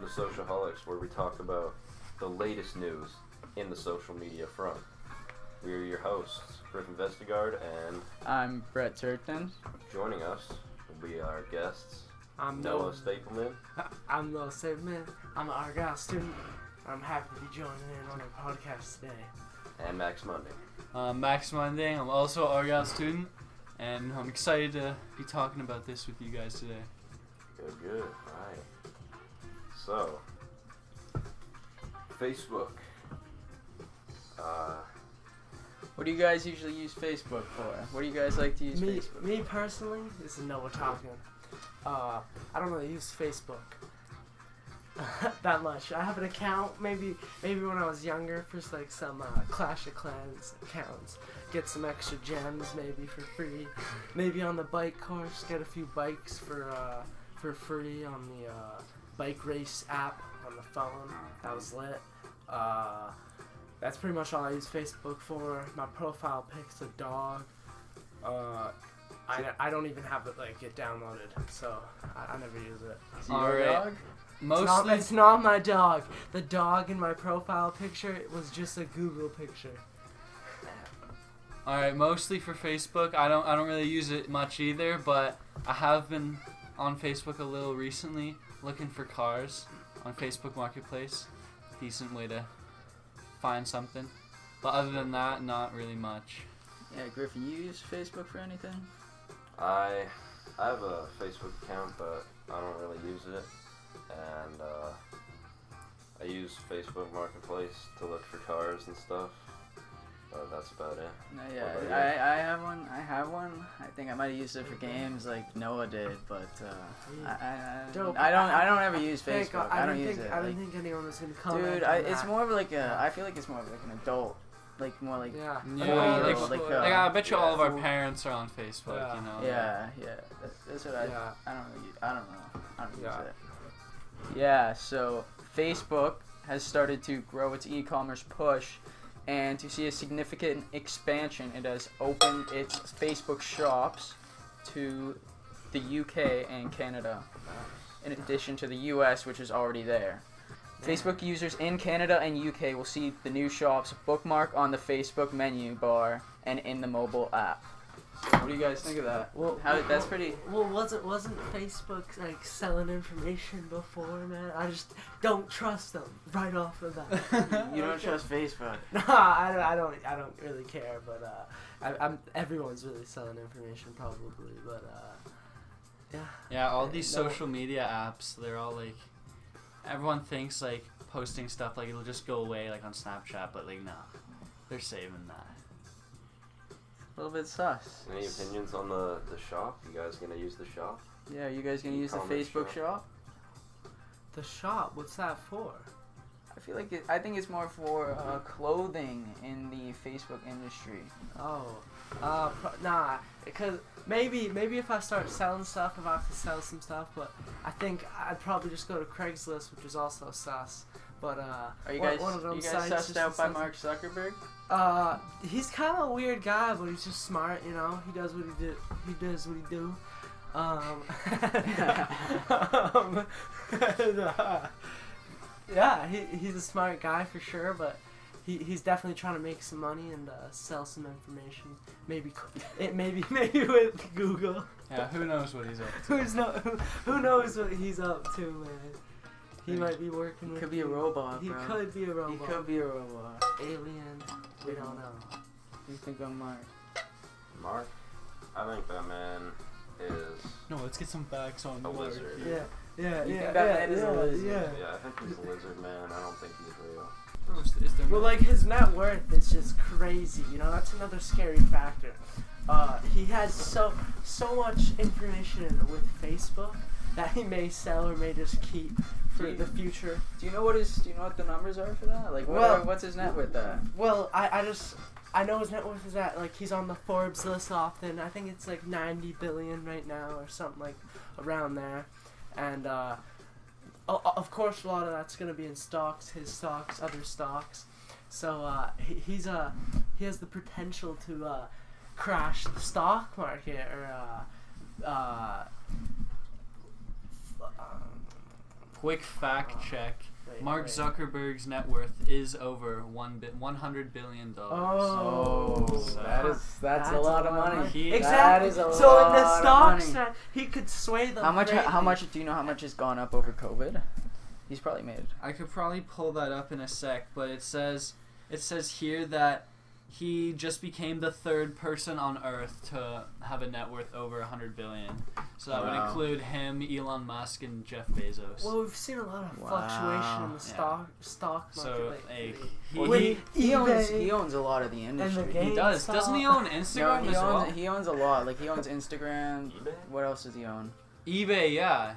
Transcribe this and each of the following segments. with Socialholics, where we talk about the latest news in the social media front. We are your hosts, Griffin Vestigard, and I'm Brett Turton. joining us will be our guests, I'm Noah Noah. Stapleman. I'm Noah Sedman. I'm an Argyle student. I'm happy to be joining in on our podcast today. and Max Monday. Uh, Max Monday. I'm also an Argyle student, and I'm excited to be talking about this with you guys today. Good, good. All right. So, Facebook. Uh, What do you guys usually use Facebook for? What do you guys like to use me, Facebook? me personally, this is Noah talking. Uh, I don't really use Facebook that much. I have an account, maybe maybe when I was younger, for s- like some uh, Clash of Clans accounts, get some extra gems maybe for free. Maybe on the bike course, get a few bikes for uh, for free on the uh, bike race app on the phone. That was lit. Uh, that's pretty much all I use Facebook for. My profile pic's a dog. Uh, I, I don't even have it like it downloaded, so I, I never use it. Is it All your right. dog? It's not- Mostly, it's not my dog. The dog in my profile picture was just a Google picture. all right. Mostly for Facebook. I don't. I don't really use it much either, but I have been on Facebook a little recently, looking for cars on Facebook Marketplace. Decent way to find something. But other than that, not really much. Yeah, Griffin, you use Facebook for anything? I I have a Facebook account, but I don't really use it. And uh, I use Facebook Marketplace to look for cars and stuff. But that's about it. No, about you? yeah, I, I have one. I have one. I think I might have used it for games like Noah did, but uh, I, I, I, Dope. I don't. I don't ever use Thank Facebook. God. I, I, don't didn't use think, it. I like, didn't think anyone was gonna comment. dude, on I, it's that. more of like a. I feel like it's more of like an adult, like more like Yeah. Yeah, Well, like, like, like, uh, I bet you all of our yeah. parents are on Facebook. You know. Yeah, yeah. That's, that's what I. Yeah. I don't. Really, I don't know. I don't Yeah. use it. Yeah. So Facebook has started to grow its e-commerce push, and to see a significant expansion, it has opened its Facebook shops to the UK and Canada, in addition to the US, which is already there. Facebook users in Canada and UK will see the new shops bookmark on the Facebook menu bar and in the mobile app. What do you guys think of that? Well, How, well, that's pretty. Well, wasn't wasn't Facebook like selling information before, man? I just don't trust them right off of that. You don't trust Facebook. Nah, I don't, I don't, I don't really care. But uh, I, I'm everyone's really selling information probably. But uh, Yeah, all Yeah, these no. social media apps, they're all like everyone thinks like posting stuff like it'll just go away like on Snapchat, but like no. They're saving that. A little bit sus. Any opinions on the, the shop? You guys gonna use the shop? Yeah, are you guys gonna use the E-commerce Facebook shop. shop? the shop, what's that for? I feel like it, I think it's more for uh, clothing in the Facebook industry. Oh, uh, pro- nah, because maybe maybe if I start selling stuff, if I have to sell some stuff, but I think I'd probably just go to Craigslist, which is also sus. But uh, Are you one- guys one of them you sites guys is sussed out just by sus- Mark Zuckerberg? Uh, he's kind of a weird guy, but he's just smart. You know, he does what he do. He does what he do. Um, um, and, uh, yeah, he, he's a smart guy for sure, but he, he's definitely trying to make some money and uh, sell some information. Maybe c- it maybe maybe with Google. Yeah, who knows what he's up to. Who's no who, who knows what he's up to, man. He might be working. He with could be a you. robot, He bro. could be a He robot. could be a robot. Alien. We don't know. You think I'm Mark? Mark? I think that man is. No, let's get some facts on A wizard. Yeah, yeah, You yeah, think yeah, that man is a yeah, lizard? yeah. Yeah, I think he's a lizard man. I don't think he's real. Is, is there Well, like his net worth is just crazy. You know, that's another scary factor. Uh, he has so so much information with Facebook that he may sell or may just keep for the future. Do you know what his do you know what the numbers are for that? Like what Well- are, what's his net with that? Well, I, I just I know his net worth is at like he's on the Forbes list often. I think it's like 90 billion right now or something like around there. And uh, o- o- of course, a lot of that's gonna be in stocks, his stocks, other stocks. So uh, he, he's uh, he has the potential to uh, crash the stock market or uh, uh, f- um, Quick fact Oh. check. Wait, Mark wait. Zuckerberg's net worth is over one bi- 100 billion dollars. Oh, So- that is that's, a lot of money. He- exactly. That is a so in the lot of stocks, money. that he could sway them. How much? uh, greatly. How much do you know? How much has gone up over COVID? He's probably made. I could probably pull that up in a sec, but it says it says here that he just became the third person on earth to have a net worth over 100 billion. So that would Wow. include him, Elon Musk and Jeff Bezos. Well, we've seen a lot of Wow. fluctuation in the Yeah. stock stock market so lately. like, he, Well, he, Wait, He owns, eBay he owns a lot of the industry. and the he does. Doesn't he GameStop. own Instagram he, owns, as well? he owns a lot. Like he owns Instagram. eBay? What else does he own? eBay, yeah. I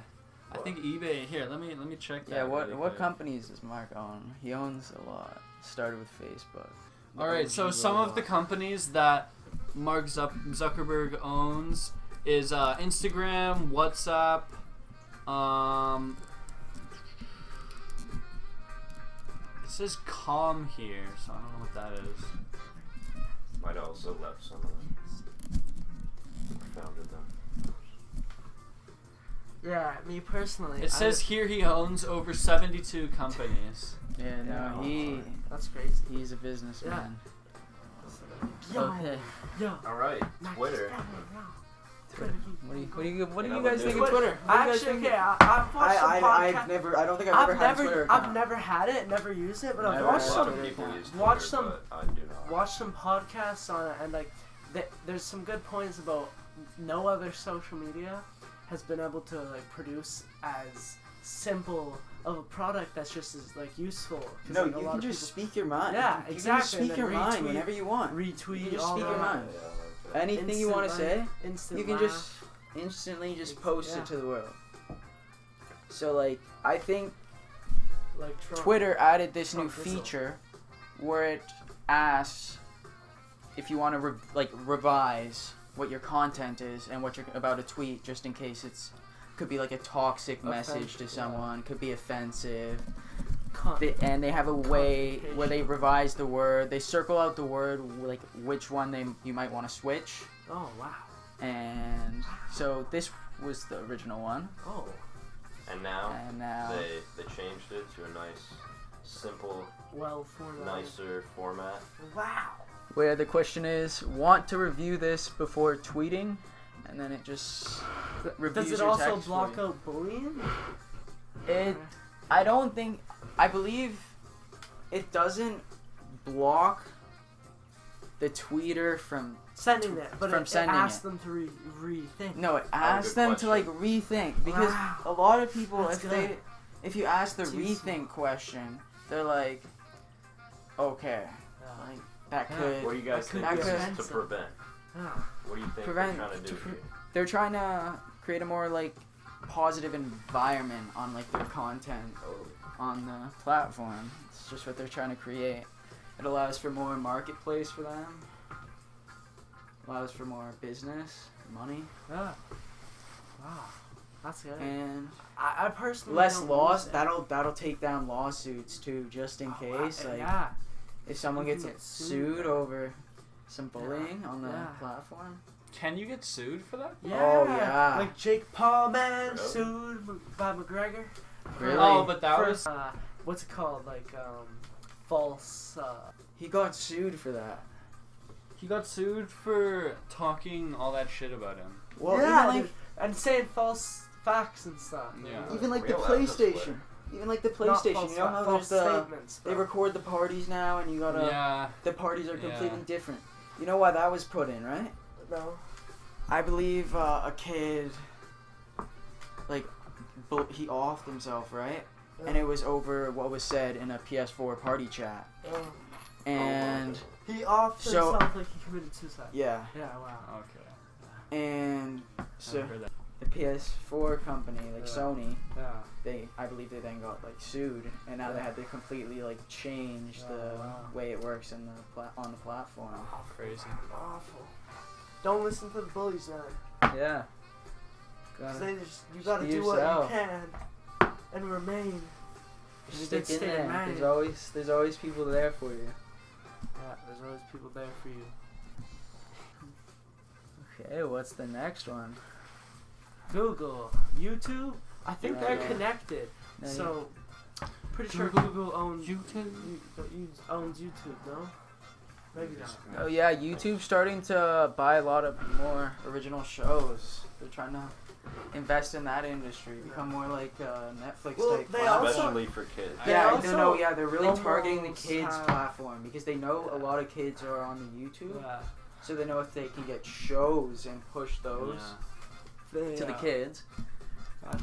What? think eBay. Here, let me let me check that. Yeah. What really what quick. companies does Mark own? He owns a lot. Started with Facebook. All right, so OG some of logo. the companies that Mark Zup- Zuckerberg owns is uh, Instagram, WhatsApp, um, it says Calm here, so I don't know what that is. Might have also left some of them. Founded them. Yeah, me personally. I It says would- here he owns over 72 companies. Yeah. No. Yeah. He that's crazy. he's a businessman. Yo, Okay. yo, All right, not Twitter. just that one, no. Twitter. What do you what do you what do Yeah, you but guys dude- think of Twitter? What do you guys Actually, think okay, of- I, I've watched I, some I, podcast. I've never. I don't think I've I've ever had a Twitter never, account. I've never had it, never used it, but I've Never I know watched a had lot some of it. people account. use Watch Twitter, some- but I do not. watched some podcasts on it, and like, th- there's some good points about no other social media has been able to like produce as simple of a product that's just as like useful. 'cause, No, like, a you lot can of just speak your mind. Yeah, you exactly, Can and just speak then your mind retweet- whenever you want. retweet You just all speak your that. mind. Yeah, like that. Anything you want to Instant say, Instant you can laugh. just instantly just Ex- post yeah. it to the world. So like I think like Trump. Twitter added this new Trump whistle. feature where it asks if you want to re- like revise what your content is and what you're about to tweet just in case it's could be like a toxic message Offensive, to yeah. someone could be offensive Con- they, and they have a way where they Connotation. revise the word they circle out the word like which one they you might want to switch oh wow. and so this was the original one Oh. And now and now they they changed it to a nice, simple, Well formatted. nicer format. Wow. where the question is want to review this before tweeting and then it just reviews Does it your also text for block you. out bullying? it i don't think i believe it doesn't block the tweeter from sending it, but From it, sending it asks it. them to re- rethink. no it asks them to like question. rethink because Oh, Wow. a lot of people That's if they good. if you ask the Juicy. rethink question they're like okay Yeah. like that Yeah. could What do you guys think I this could- is to prevent? Yeah. What do you think Prevent- they're trying to do to pre- here? they're trying to create a more like positive environment on like their content on the platform. It's just what they're trying to create. It allows for more marketplace for them. Allows for more business, money, Yeah. Wow. Ah. That's good. and I, I personally less don't laws. use it. That'll that'll take down lawsuits too, just in Oh, case. I- Like yeah. if someone You gets can get sued. sued over some bullying on the yeah. platform. Can you get sued for that? Yeah. Oh, yeah. Like Jake Paul, man, Really? sued by McGregor. for, Really? Oh, but that for, was uh, what's it called? Like um, false. Uh, He got sued for that. he got sued for talking all that shit about him. Well, yeah, even like dude, and saying false facts and stuff. Yeah. even like the Real ads on Twitter. PlayStation. Even like the Not PlayStation, false you know fa- how false there's the statements, they but- record the parties now, and you gotta Yeah. the parties are completely Yeah. different. You know why that was put in, right? no. I believe uh, a kid like bl- he offed himself, right? And it was over what was said in a PS4 party chat, Oh. and He offed So- himself like he committed suicide. yeah, Yeah, wow. Okay. and so I've heard that. the PS4 company, like Yeah. Sony, Yeah. they I believe they then got like sued, and now they Yeah. had to completely like change Yeah, the wow. way it works in the pla- on the platform. Crazy. Awful. Don't listen to the bullies, man. Yeah. 'Cause Gotta they just, you gotta Speak do what yourself. you can and remain. stick Stay in there. mad. There's always there's always people there for you. Yeah, there's always people there for you. Okay, what's the next one? Google, YouTube, I think Yeah, they're yeah. connected. Now you- So, pretty sure Google- Google owns You can. you- you- owns YouTube, no? Maybe not. Oh yeah, YouTube's starting to buy a lot of more original shows. They're trying to invest in that industry, become more like uh, Netflix Well, type. they platform. also- Especially for kids. I- yeah, they no, no, also yeah, they're really targeting the almost kids have- platform because they know a lot of kids are on the YouTube, Yeah. so they know if they can get shows and push those They, to the uh, kids,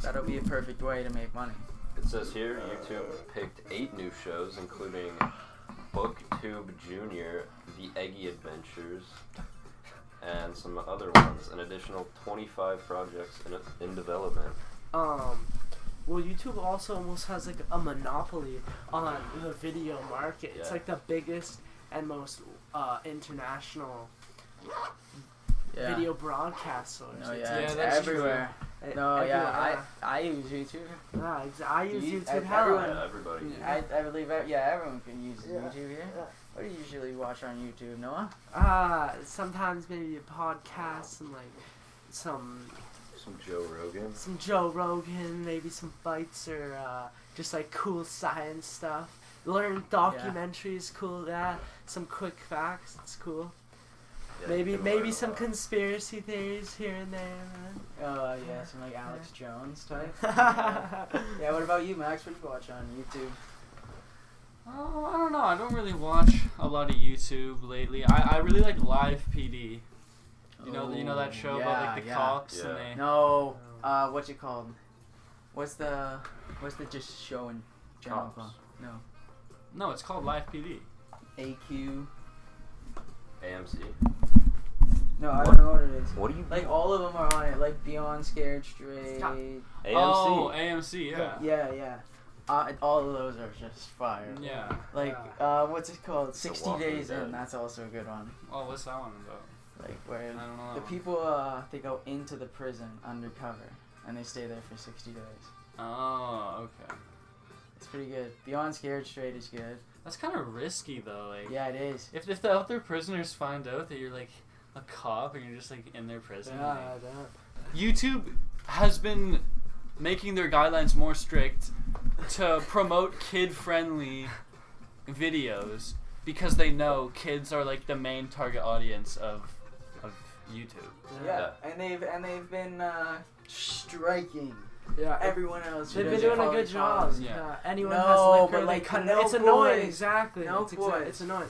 that'll be a perfect way to make money. It says here YouTube picked eight new shows, including BookTube Junior, The Eggy Adventures, and some other ones. An additional 25 projects in, in development. Um, well, YouTube also almost has like a monopoly on the video market. It's Yeah. like the biggest and most uh, international Yeah. video broadcast source. No, It's- yeah, Yeah, it's that's everywhere. it- No, yeah, everywhere. I I use YouTube. Yeah, ah, exa- I use You- YouTube. everyone- Hell, Yeah, everybody. I, I believe ev- yeah everyone can use Yeah. YouTube here. Yeah. What do you usually watch on YouTube, Noah? uh, sometimes maybe a podcast and like some Some Joe Rogan. some Joe Rogan, maybe some fights or uh, just like cool science stuff. Learn documentaries, cool that. Some quick facts, it's cool. Yeah, maybe you can learn maybe a some lot. conspiracy theories here and there. man. Uh, yeah, some like Alex Jones type. yeah. yeah, what about you, Max? What do you watch on YouTube? Oh, I don't know. I don't really watch a lot of YouTube lately. I, I really like Live PD. You know you know that show about like the cops Oh, Yeah. and they. No, uh, what's it called? What's the what's the just show in general? Cops. called? No, No, it's called Live PD. AQ. AMC. No, I What? don't know what it is. What do you Like all of them are on it. Like Beyond Scared Straight. Stop. AMC. Oh, AMC. Yeah. Yeah, yeah. Uh, all of those are just fire. Yeah. Like, uh, what's it called? 60 Walking Days Dead. In. That's also a good one. Oh, what's that one about? Like, where I don't know. that the one. people, uh, they go into the prison undercover and they stay there for 60 days. Oh, okay. It's pretty good. Beyond Scared Straight is good. That's kind of risky though. Like. Yeah, it is. If if the other prisoners find out that you're like a cop and you're just like in their prison. like- that- YouTube has been making their guidelines more strict to promote kid-friendly videos because they know kids are like the main target audience of of YouTube. Yeah, and they've and they've been uh, striking yeah. Every, everyone else. who they've been doesn't doing a follow good the job. policy. Yeah. Uh, anyone No, has liquor, but, they like, con- no it's annoying. boys. Exactly. No it's, exa- boys. it's annoying.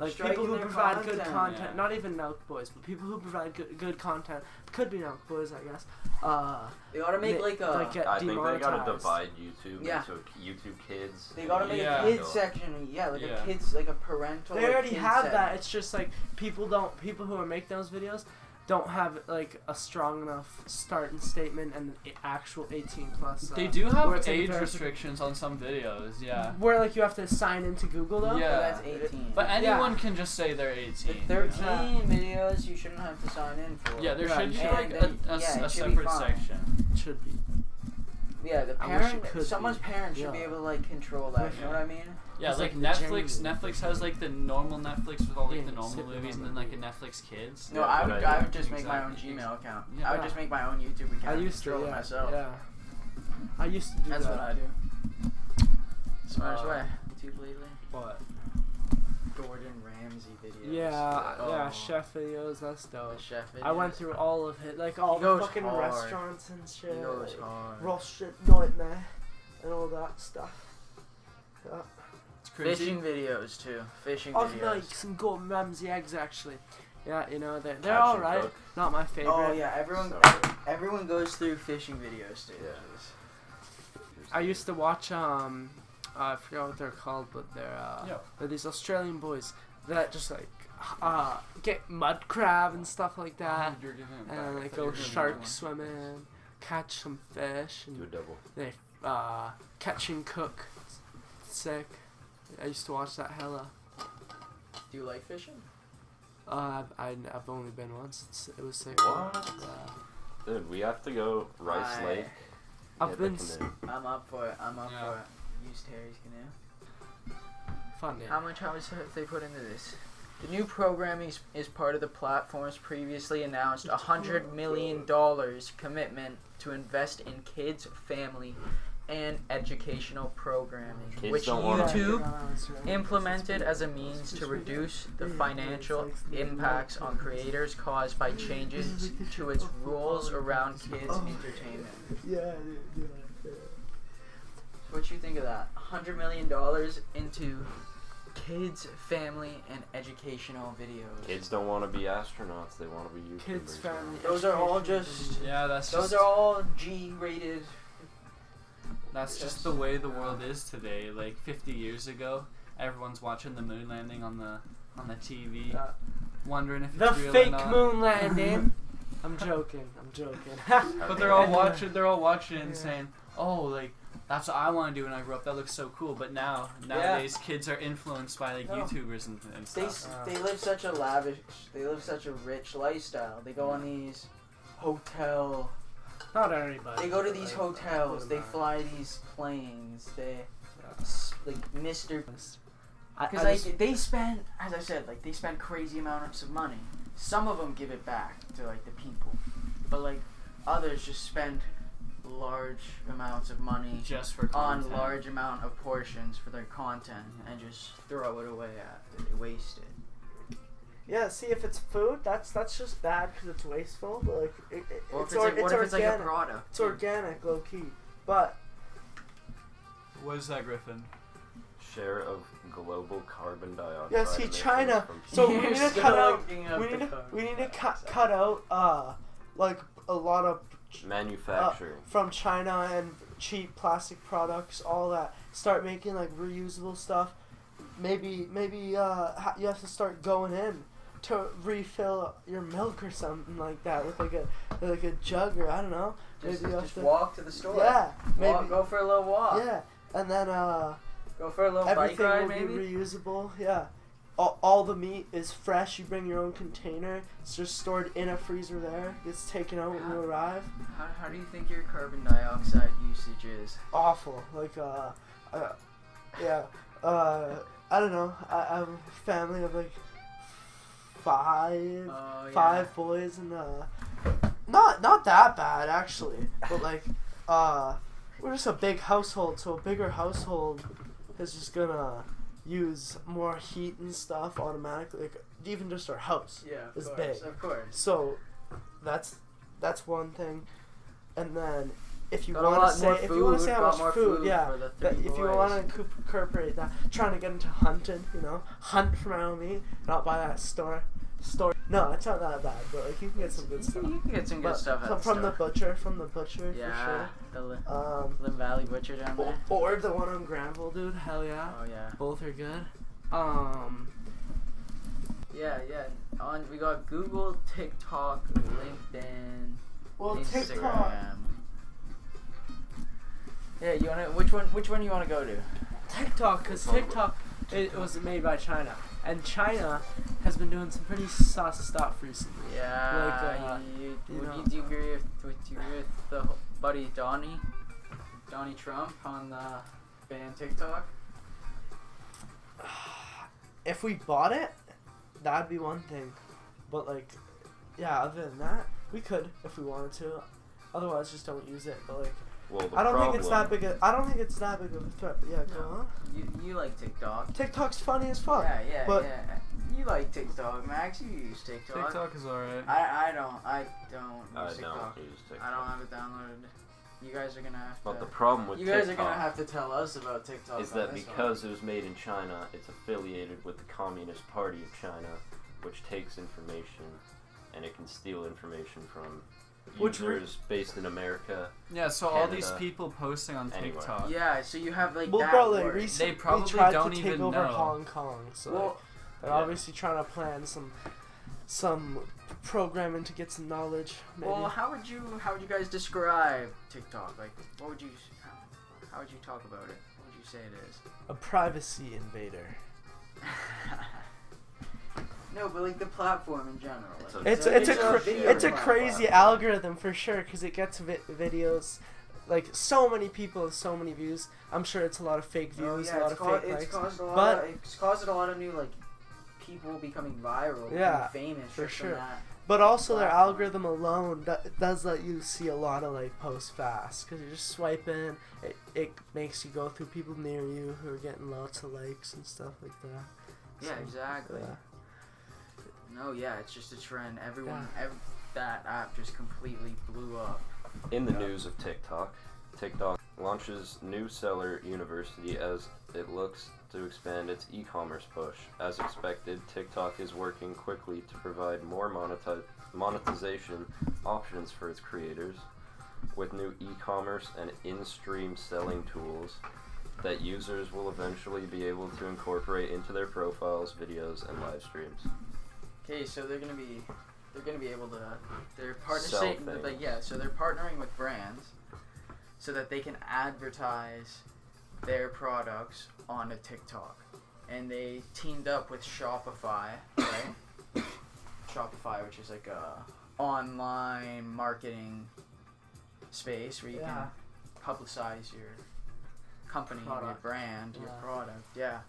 Like Striking people who their provide good content. content, Yeah. not even milk boys, but people who provide good, good content could be milk boys, I guess. Uh, They ought to make they- like a. like, get I think they gotta demonetized. divide YouTube Yeah. into YouTube kids. they gotta make Yeah. a kids uh, section. Yeah, like Yeah. a kids like a parental. They like, already kids have section. that. It's just like people don't people who are making those videos don't have like a strong enough starting statement and a- actual 18 plus. Uh, They do where have it's, like, age very- restrictions on some videos, yeah. Where like you have to sign into Google though. Yeah. So that's 18. But Mm-hmm. Yeah. anyone can just say they're 18. If you know? 13 Yeah. videos, you shouldn't have to sign in for. Yeah, there Yeah, should be and like a, then- a s- yeah, a it should be separate fine. section. It should be. Yeah, the I wish it parent, could someone's be. parents should Yeah. be able to like control that. You know what I mean? Yeah, It's like, like the Netflix. Jamie. Netflix has like the normal Netflix with all like Yeah, the normal sit down movies, and and then like a eat. Netflix Kids. No, Yeah, I good would. idea. I would just make my own Exactly. Gmail account. Yeah. I would just make my own YouTube account. I and used to control it yeah, myself. Yeah. I used to do That's that. what I do. Smartest Uh, way. YouTube lately. But Gordon Ramsay videos. Yeah, uh, yeah, Oh. chef videos. That's The dope. chef I went videos. through all of it, like all He the goes fucking hard. restaurants and shit. He goes like, hard. Ross Street Nightmare and all that stuff. Yeah. it's crazy. Fishing videos too. Fishing I've videos. like some Gordon Ramsay eggs actually. Yeah, you know they're, they're Caption all right. Cook. Not my favorite. Oh yeah, everyone So- everyone goes through fishing video stages. I used to watch um, I forgot what they're called, but they're uh, Yeah. they're these Australian boys that just like uh get mud crab and stuff like Uh, that, You're giving it back. and I they thought you go were giving me shark one. swimming, catch some fish, Do a and double. they uh catch and cook. Sick. I used to watch that hella. Do you like fishing? Uh, I've, I'd- I've only been once. It's- It was sick. Uh, What? Yeah. Dude, we have to go Rice I- Lake. I've Yeah, been they s- can do. I'm up for it. I'm up Yeah. for it. Use Terry's canoe. funny. How much hours have they put into this? The new programming is, is part of the platform's previously announced $100 million commitment to invest in kids, family, and educational programming, Kids which don't wanna- YouTube YouTube implemented as a means to reduce the financial impacts on creators caused by changes to its rules around kids' entertainment. Yeah, yeah, yeah. What you think of that? Hundred million dollars into kids, family, and educational videos. Kids don't want to be astronauts. They want to be YouTubers. Kids, now. family. Those are all just- Yeah, that's Those just, are all G-rated. that's just the way the world is today. Like 50 years ago, everyone's watching the moon landing on the on the TV, Uh, wondering if it's The real or fake not. moon landing. I'm joking. I'm joking. How But dare they're all you. watching. They're all watching and Yeah. saying, "Oh, like that's what I want to do when I grow up. That looks so cool." But now, nowadays, kids are influenced by like No. YouTubers and, and They stuff. s- they live such a lavish. They live such a rich lifestyle. They go on these hotel. Not everybody. They go to but, these like, hotels. They put 'em fly these planes. They s- like Mr. on this. Because I just- like they spend, as I said, like they spend crazy amounts of money. Some of them give it back to like the people, but like others just spend large amounts of money just for on content. large amount of portions for their content and just throw it away after they waste it. Yeah, see, if it's food, that's that's just bad because it's wasteful. But like, it, it, Or if it's, it's, or, like, what it's if organic. it's like a product? it's organic, low key. But What is that, Griffin? Share of global carbon dioxide. Yeah, see, emissions China. from- So we You're need to still cut out- looking up we the need to, carbon we need to cut dioxide. cut out uh like a lot of manufacturing. from China and cheap plastic products, all that. Start making like reusable stuff. Maybe maybe uh ha- you have to start going in to refill your milk or something like that with like a like a jug or I don't know. Just, Maybe you have just to- walk to the store. Yeah, maybe Walk, go for a little walk. yeah, and then uh. Go for a little bike Everything ride, will maybe. be reusable. Yeah. All, all the meat is fresh. You bring your own container. It's just stored in a freezer there. Gets taken out when you arrive. how, how do you think your carbon dioxide usage is? Awful. Like, uh, uh yeah. Uh, I don't know. I, I have a family of like five, Oh, yeah. five boys, and uh, not not that bad actually. But like, uh, we're just a big household, so a bigger household is just gonna use more heat and stuff automatically. Like even just our house. Yeah, of It's course, big. of course. So that's that's one thing. And then if you Got a want lot to more say if you want food, to say how got much more food, food yeah, for the that- three if you boys. want to incorporate that, trying to get into hunting, you know, hunt for my own meat, not buy that store store. No, it's not that bad, but like you can get some good stuff. You can get some good But stuff from, out from the of butcher, from the butcher Yeah, the Lin- for sure. Um, Lynn Valley Butcher down or, there. or the one on Granville, dude. Hell yeah, Oh yeah. both are good. Um, Yeah, yeah. On we got Google, TikTok, LinkedIn, well, Instagram. TikTok. Yeah, you wanna which one? Which one you wanna go to? TikTok, because TikTok it was made by China, and China has been doing some pretty sus stuff recently. Yeah. Like, uh, you, you would know. you do you agree with would you agree with the whole- buddy Donnie, Donnie Trump on the ban TikTok? If we bought it, that'd be one thing, but like, yeah, other than that, we could if we wanted to. Otherwise, just don't use it. But like, Well, the I don't think it's that problem- big. A, I don't think it's that big of a threat. But yeah, go No. on. You you like TikTok? TikTok's funny as fuck. Yeah, yeah, but- yeah. You like TikTok, Max? You use TikTok? TikTok is alright. I I don't I don't use I don't TikTok. use TikTok. I don't have it downloaded. You guys are gonna have But to. the problem with you guys TikTok are gonna have to tell us about TikTok. is on that this one. because it was made in China, it's affiliated with the Communist Party of China, which takes information and it can steal information from Which re- users based in America. Yeah, so all these Canada. people posting on Anywhere. TikTok. Yeah, so you have like Well, that. bro, like word. recently probably we tried don't to take even over know. Hong Kong, so like, well, they're Yeah. obviously trying to plan some, some programming to get some knowledge. Maybe. well, how would you how would you guys describe TikTok? Like, what would you how, how would you talk about it? What would you say it is? a privacy invader. no, but like the platform in general. like, It's a- It's a, it's a digital cra- video it's a platform. crazy algorithm for sure because it gets vi- videos like so many people with so many views. I'm sure it's a lot of fake Oh, views, yeah, a lot it's of cau- fake it's likes. caused a lot but- of, it's caused a lot of new like people becoming viral, Yeah, becoming famous for just from sure. that. But also, their algorithm alone do- does let you see a lot of like posts fast because you're just swiping. It, it makes you go through people near you who are getting lots of likes and stuff like that. Yeah, exactly. yeah. No, yeah, it's just a trend. Everyone, ev- that app just completely blew up. In the Yeah. news of TikTok, TikTok launches new seller university as it looks to expand its e-commerce push. As expected, TikTok is working quickly to provide more monetize- monetization options for its creators with new e-commerce and in-stream selling tools that users will eventually be able to incorporate into their profiles, videos, and live streams. Okay, so they're gonna be, they're gonna be able to, they're Sell partnering, things. like yeah, so they're partnering with brands, so that they can advertise their products on a TikTok, and they teamed up with Shopify, right? Shopify, which is like a online marketing space where you Yeah. can publicize your company, your Product. brand, your Yeah. product, yeah.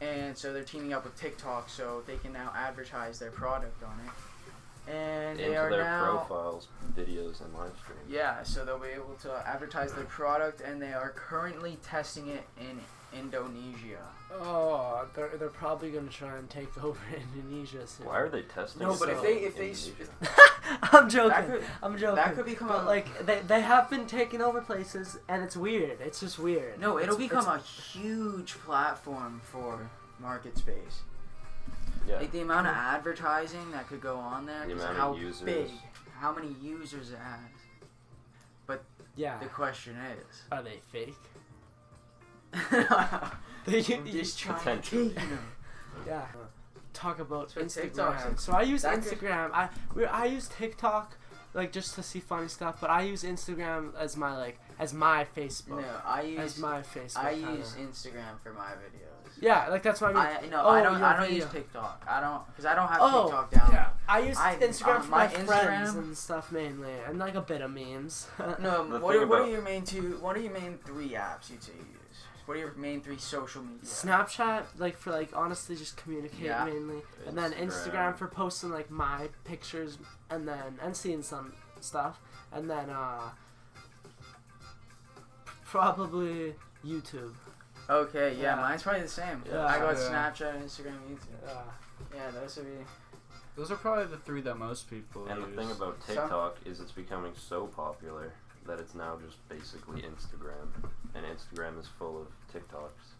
And so they're teaming up with TikTok, so they can now advertise their product on it. And they into are their now profiles, videos, and live streams. yeah, so they'll be able to advertise their product, and they are currently testing it in Indonesia. Oh, they're, they're probably gonna try and take over Indonesia soon. Why are they testing? No, it but if out they- in if they Indonesia? s- I'm joking. That could- I'm joking. that could become But, a- like they, they have been taking over places, and it's weird. It's just weird. No, it'll It's- become a it's- huge platform for market space. yeah. Like the amount of advertising that could go on there, The 'cause amount of how users. big, how many users it has. yeah. The question is, Are they fake? they They- just trying to Potential. take them. Yeah. Talk about So TikTok, Instagram. So I use that could- Instagram. I we, I use TikTok like just to see funny stuff, but I use Instagram as my like as my Facebook. No, I As use my Facebook. I kinda. use Instagram for my videos. Yeah, like that's what I mean. I no, Oh, I don't. your I don't video. use TikTok. I don't because I don't have Oh, TikTok down. yeah. I use I- Instagram uh, for my my, friends Instagram- and stuff mainly, and like a bit of memes. No, The what thing are, what are about- your main two? What are your main three apps you two use? What are your main three social media? Snapchat, like for like honestly just communicate Yeah. mainly, and then Instagram for posting like my pictures, and then and seeing some stuff, and then uh probably YouTube. Okay, yeah, Yeah. mine's probably the same. Yeah. I got Yeah. Snapchat, Instagram, YouTube. Uh, Yeah, those would be. Those are probably the three that most people And the use. thing about Some- TikTok is it's becoming so popular that it's now just basically Instagram, and Instagram is full of TikToks.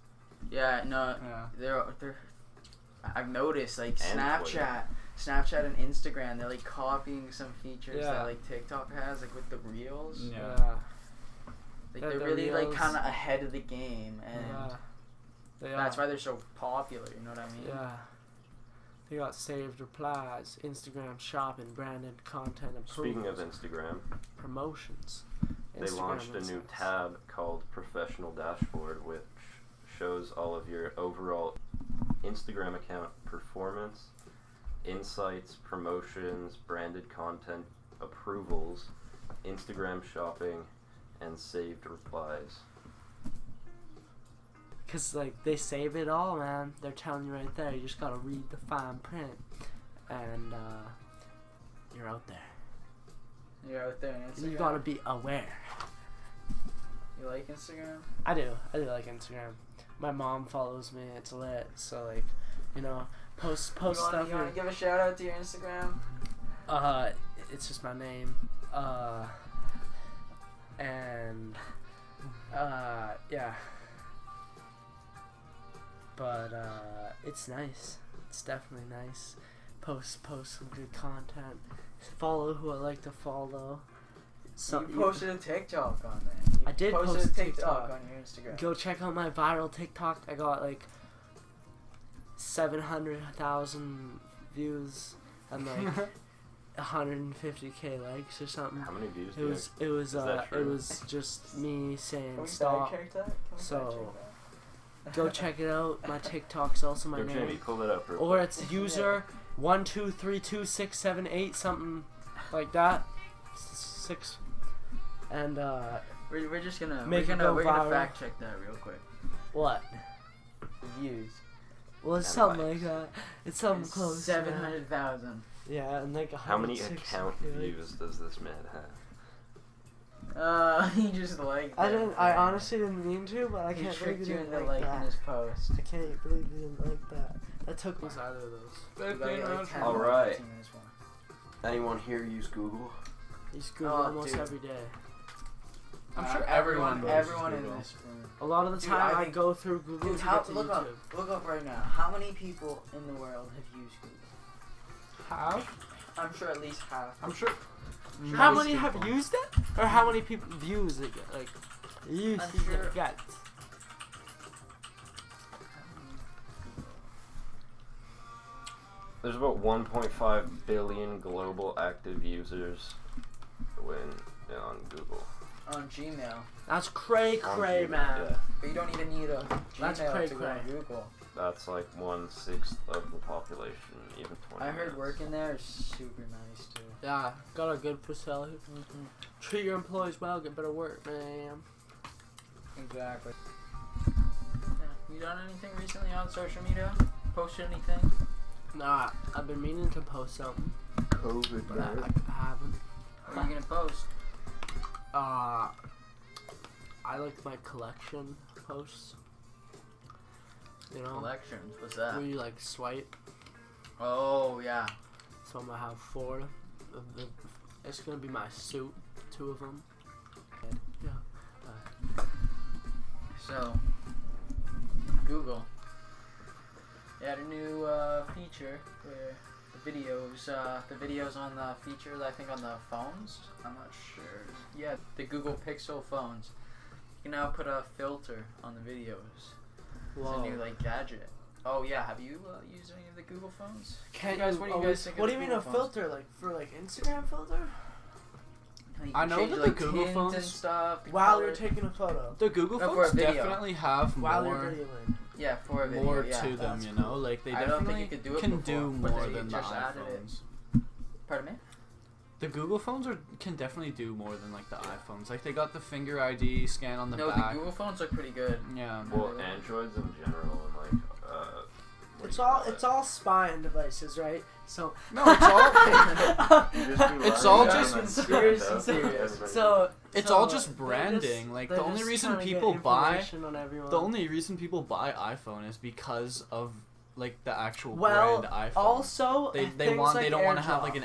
Yeah, no, yeah. they're they're. I've noticed like And Snapchat, Twitter. Snapchat and Instagram. They're like copying some features Yeah. that like TikTok has, like with the reels. Yeah. yeah. Like Yeah, they're the really like reels. kind of ahead of the game, and yeah. They that's are. why they're so popular. You know what I mean? Yeah. They got saved replies, Instagram shopping, branded content, and Speaking of Instagram, promotions. they launched a new insights. tab called Professional Dashboard, which shows all of your overall Instagram account performance, insights, promotions, branded content approvals, Instagram shopping, and saved replies. Cause like they save it all, man. They're telling you right there. You just gotta read the fine print, and uh, you're out there. You're out there. On And Instagram. you gotta be aware. You like Instagram? I do. I do like Instagram. My mom follows me. It's lit. So like, you know, post post you wanna, stuff. You wanna and- give a shout out to your Instagram? Uh, it's just my name. Uh, and uh, yeah. But uh, it's nice. It's definitely nice. Post post some good content. Follow who I like to follow. So you posted a TikTok on there. You I did posted post a a TikTok, TikTok. on your Instagram. go check out my viral TikTok. I got like seven hundred thousand views and like 150k likes or something. How many views do Mm. It you was it was Is uh that it true? was just me saying Can we stop. fact check that? Can we fact So, check that? Go check it out. My TikTok's also my Yo, Jamie, name. pull that up real Or quick. it's user one two three two six seven eight something like that. S- Six and uh We're, we're just gonna Make it we're gonna go we're gonna viral. fact check that real quick. what? Views. Well it's And something likes. like that. It's something close. yeah. Seven hundred thousand. Yeah, and like How many 106 account yeah. views does this man have? Uh, he just liked. I it. didn't. I honestly didn't mean to, but I he can't believe tricked you you didn't into like, liking that. his post. I can't believe you didn't like that. That took us either of those. You got, like, 10 All or right. 15 in this one. Anyone here use Google? You Google Oh, almost dude. every day. I'm Uh, sure everyone knows Everyone in Google. this room. A lot of the Dude, time, I I, think- go through Google Dude, to how, get to look YouTube. up, look up right now. How many people in the world have used Google? How? I'm sure at least half. I'm sure. How most many have people. used it, or how many people views it get? Like, views I'm it sure- got? There's about 1.5 billion global active users when on Google. On Gmail, That's cray On cray, Gmail, man. yeah. but you don't even need a Gmail That's cray to go on cray. Google. That's like one sixth of the population, even 20. I heard minutes. working there is super nice too. Yeah, got a good facility. Mm-hmm. Treat your employees well, get better work, man. Exactly. Yeah. You done anything recently on social media? Posted anything? Nah, I've been meaning to post something, COVID, but I, I haven't. What are you gonna post? Uh, I like my collection posts. You know, Elections. What's where you like swipe, Oh yeah. so I'm gonna have four. Of the, it's gonna be my suit, two of them. So, Google. They had a new uh, feature where the videos, uh, the videos on the features, I think on the phones. I'm not sure. Yeah, the Google Pixel phones. You can now put a filter on the videos. It's a new Whoa. like gadget. Oh yeah, have you uh, used any of the Google phones? Can guys- what do you always- guys think of What do the you mean a Google phones? filter? Like for like Instagram filter? You I can know change, that the like, Google tint and phones- stuff. you While color- you're taking a photo. The Google No, for folks a video. definitely have While more, you're videoing. yeah for a video. more yeah, to them, that's you cool. know. Like they I don't think definitely you could do it can before, do but more they than the just added it. iPhones. Pardon me. The Google phones are can definitely do more than like the iPhones. Like they got the finger ID scan on the no, back. the Google phones look pretty good. yeah. Well, androids in general, and like, uh. what do It's you all call it's it? all spying devices, right? So No, it's all You just be it's lying all down just and conspiracy stand up. theories. Everybody- so it's so all just they're branding. like they're the only just reason trying to get people buy information on everyone. the only reason people buy iPhone is because of like the actual Well, brand iPhone. also they uh, they things want like they don't want to have AirDrop. like an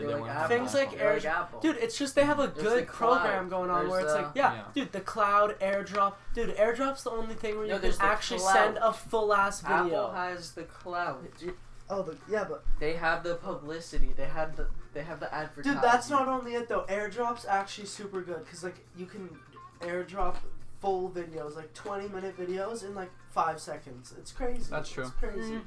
They're They like want to Apple. have Things an like iPhone. Air- Like Apple. Dude, it's just they have a There's good the cloud. program going on where There's it's like, the- yeah, Yeah. dude, the cloud, airdrop. Dude, airdrop's the only thing where No, you can there's the actually cloud. send a full ass Apple video. has the cloud. oh, but yeah, but They have the publicity. They have the they have the advertising. Dude, that's not only it though. AirDrop's actually super good because like you can AirDrop full videos, like twenty minute videos in like five seconds. It's crazy. That's true. It's crazy. Mm.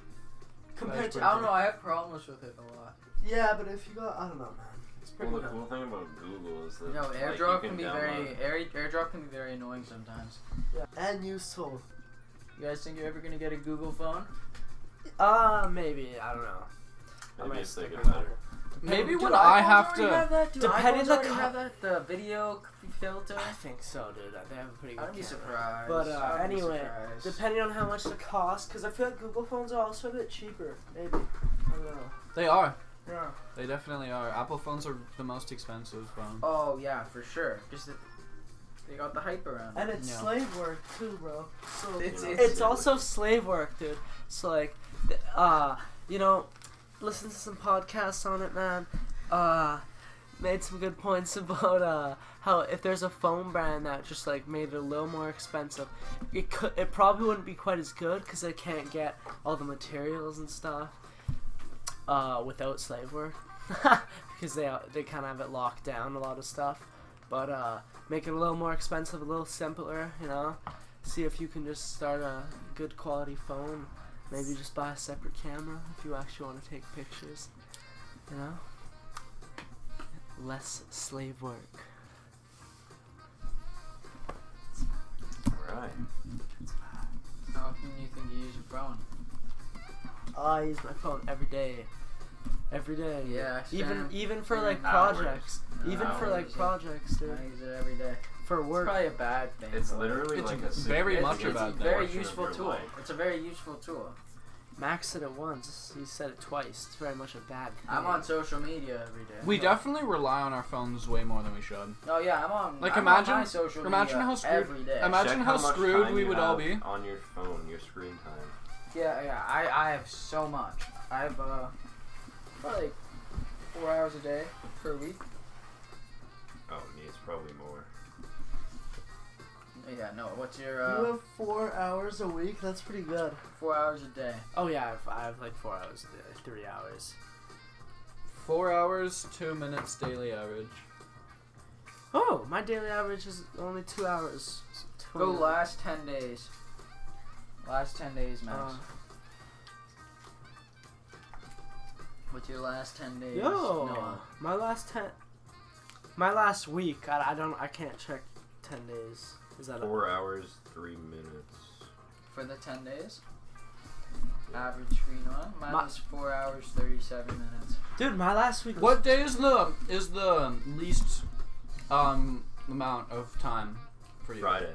Compared That's to pretty I don't know. I have problems with it a lot. yeah, but if you go, I don't know, man. It's pretty Well, the good. cool thing about Google is that No, like, AirDrop you can, be download- very air, AirDrop can be very annoying sometimes. Yeah. And useful. You guys think you're ever gonna get a Google phone? Uh, maybe I don't know. I Maybe might it's stick thinking with better. Maybe Do when iPhones I have already to have that? Do Depending iPhones the already co- have that? The video c- filter. I think so, dude. They have a pretty good. I'd be camera. surprised. But, uh, I'd be anyway, surprised. Depending on how much the cost, because I feel like Google phones are also a bit cheaper. Maybe. I don't know. they are. Yeah. They definitely are. Apple phones are the most expensive phone. oh yeah, for sure. Just the, they got the hype around. it. And it's Yeah. slave work too, bro. So It's- it's, it's- also slave work, dude. So like, th- uh, you know, listen to some podcasts on it, man. Uh, made some good points about uh how if there's a phone brand that just like made it a little more expensive, it could it probably wouldn't be quite as good because they can't get all the materials and stuff uh without slave work because they uh, they kind of have it locked down a lot of stuff, but uh make it a little more expensive, a little simpler, you know. See if you can just start a good quality phone. Maybe just buy a separate camera if you actually want to take pictures. You know? Less slave work. Right. How often do you think you use your phone? Oh, I use my phone every day. Every day. Yeah, same. Even even for Even like hours. projects. Even for hours, like yeah. projects, I dude. use it every day. For It's work. probably a bad thing. It's but- literally It's like a very significant much it's about a that. very portion of useful your tool. life. It's a very useful tool. Max said it once. You said it twice. It's very much a bad thing. I'm on social media every day. We definitely rely on our phones way more than we should. Oh yeah, I'm on. Like, I'm imagine- on my social imagine media how screwed- every day. imagine Check how much screwed time we you would have all be. on your phone, your screen time. yeah, yeah. I I have so much. I have uh probably like four hours a day per week. Oh, me, it's probably more. Yeah, no. What's your you uh, have four hours a week. That's pretty good. four hours a day? Oh yeah, I have, I have like four hours, a day, three hours. Four hours, two minutes daily average. Oh, my daily average is only two hours. Two Go last ten days. Last ten days, Max. Uh, What's your last ten days? Yo, Noah? my last ten, my last week. I, I don't. I can't check ten days. Is that Four hours, three minutes. for the ten days. Average screen on. Mine My- was four hours thirty-seven minutes. dude? My last week. was- What day is the is the least um amount of time for you? Friday.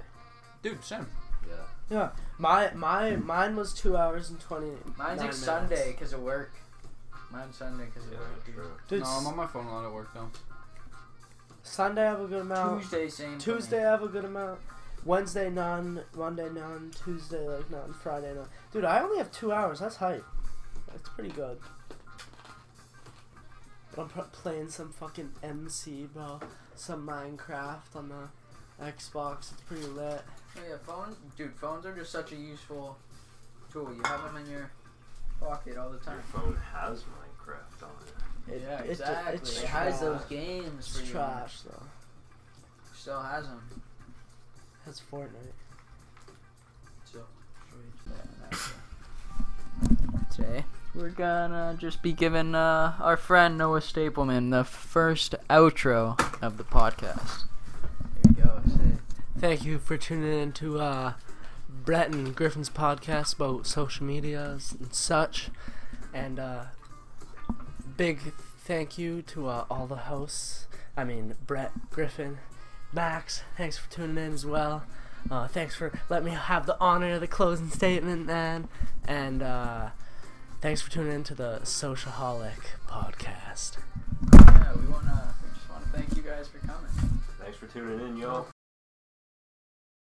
Dude, same. Yeah. Yeah, my my mine was two hours and twenty. Mine's like minutes. Sunday because of work. Mine's Sunday because of Yeah, work. dude. true. Dude, no, I'm on my phone a lot at work though. Sunday I have a good amount. Tuesday, same. for me. Tuesday I have a good amount. Wednesday none. Monday none. Tuesday like none. Friday none. Dude, I only have two hours. That's hype. That's pretty good. But I'm pro- playing some fucking MC, bro. Some Minecraft on the Xbox. It's pretty lit. Oh, yeah, phones, dude. Phones are just such a useful tool. You have them in your pocket all the Your time. phone has Minecraft on it. It- yeah, it- exactly. It, it's has trash. those games for It's you. trash though. Still has them. That's Fortnite. So. Today we're gonna just be giving uh, our friend Noah Stapleman the first outro of the podcast. There you go. Say it. Thank you for tuning in to uh, Brett and Griffin's podcast about social medias and such. And uh, big thank you to uh, all the hosts. I mean, Brett, Griffin, Max, thanks for tuning in as well. Uh, thanks for letting me have the honor of the closing statement, man. And uh, thanks for tuning in to the Sociaholic podcast. Yeah, we wanna. We just wanna thank you guys for coming. Thanks for tuning in, y'all.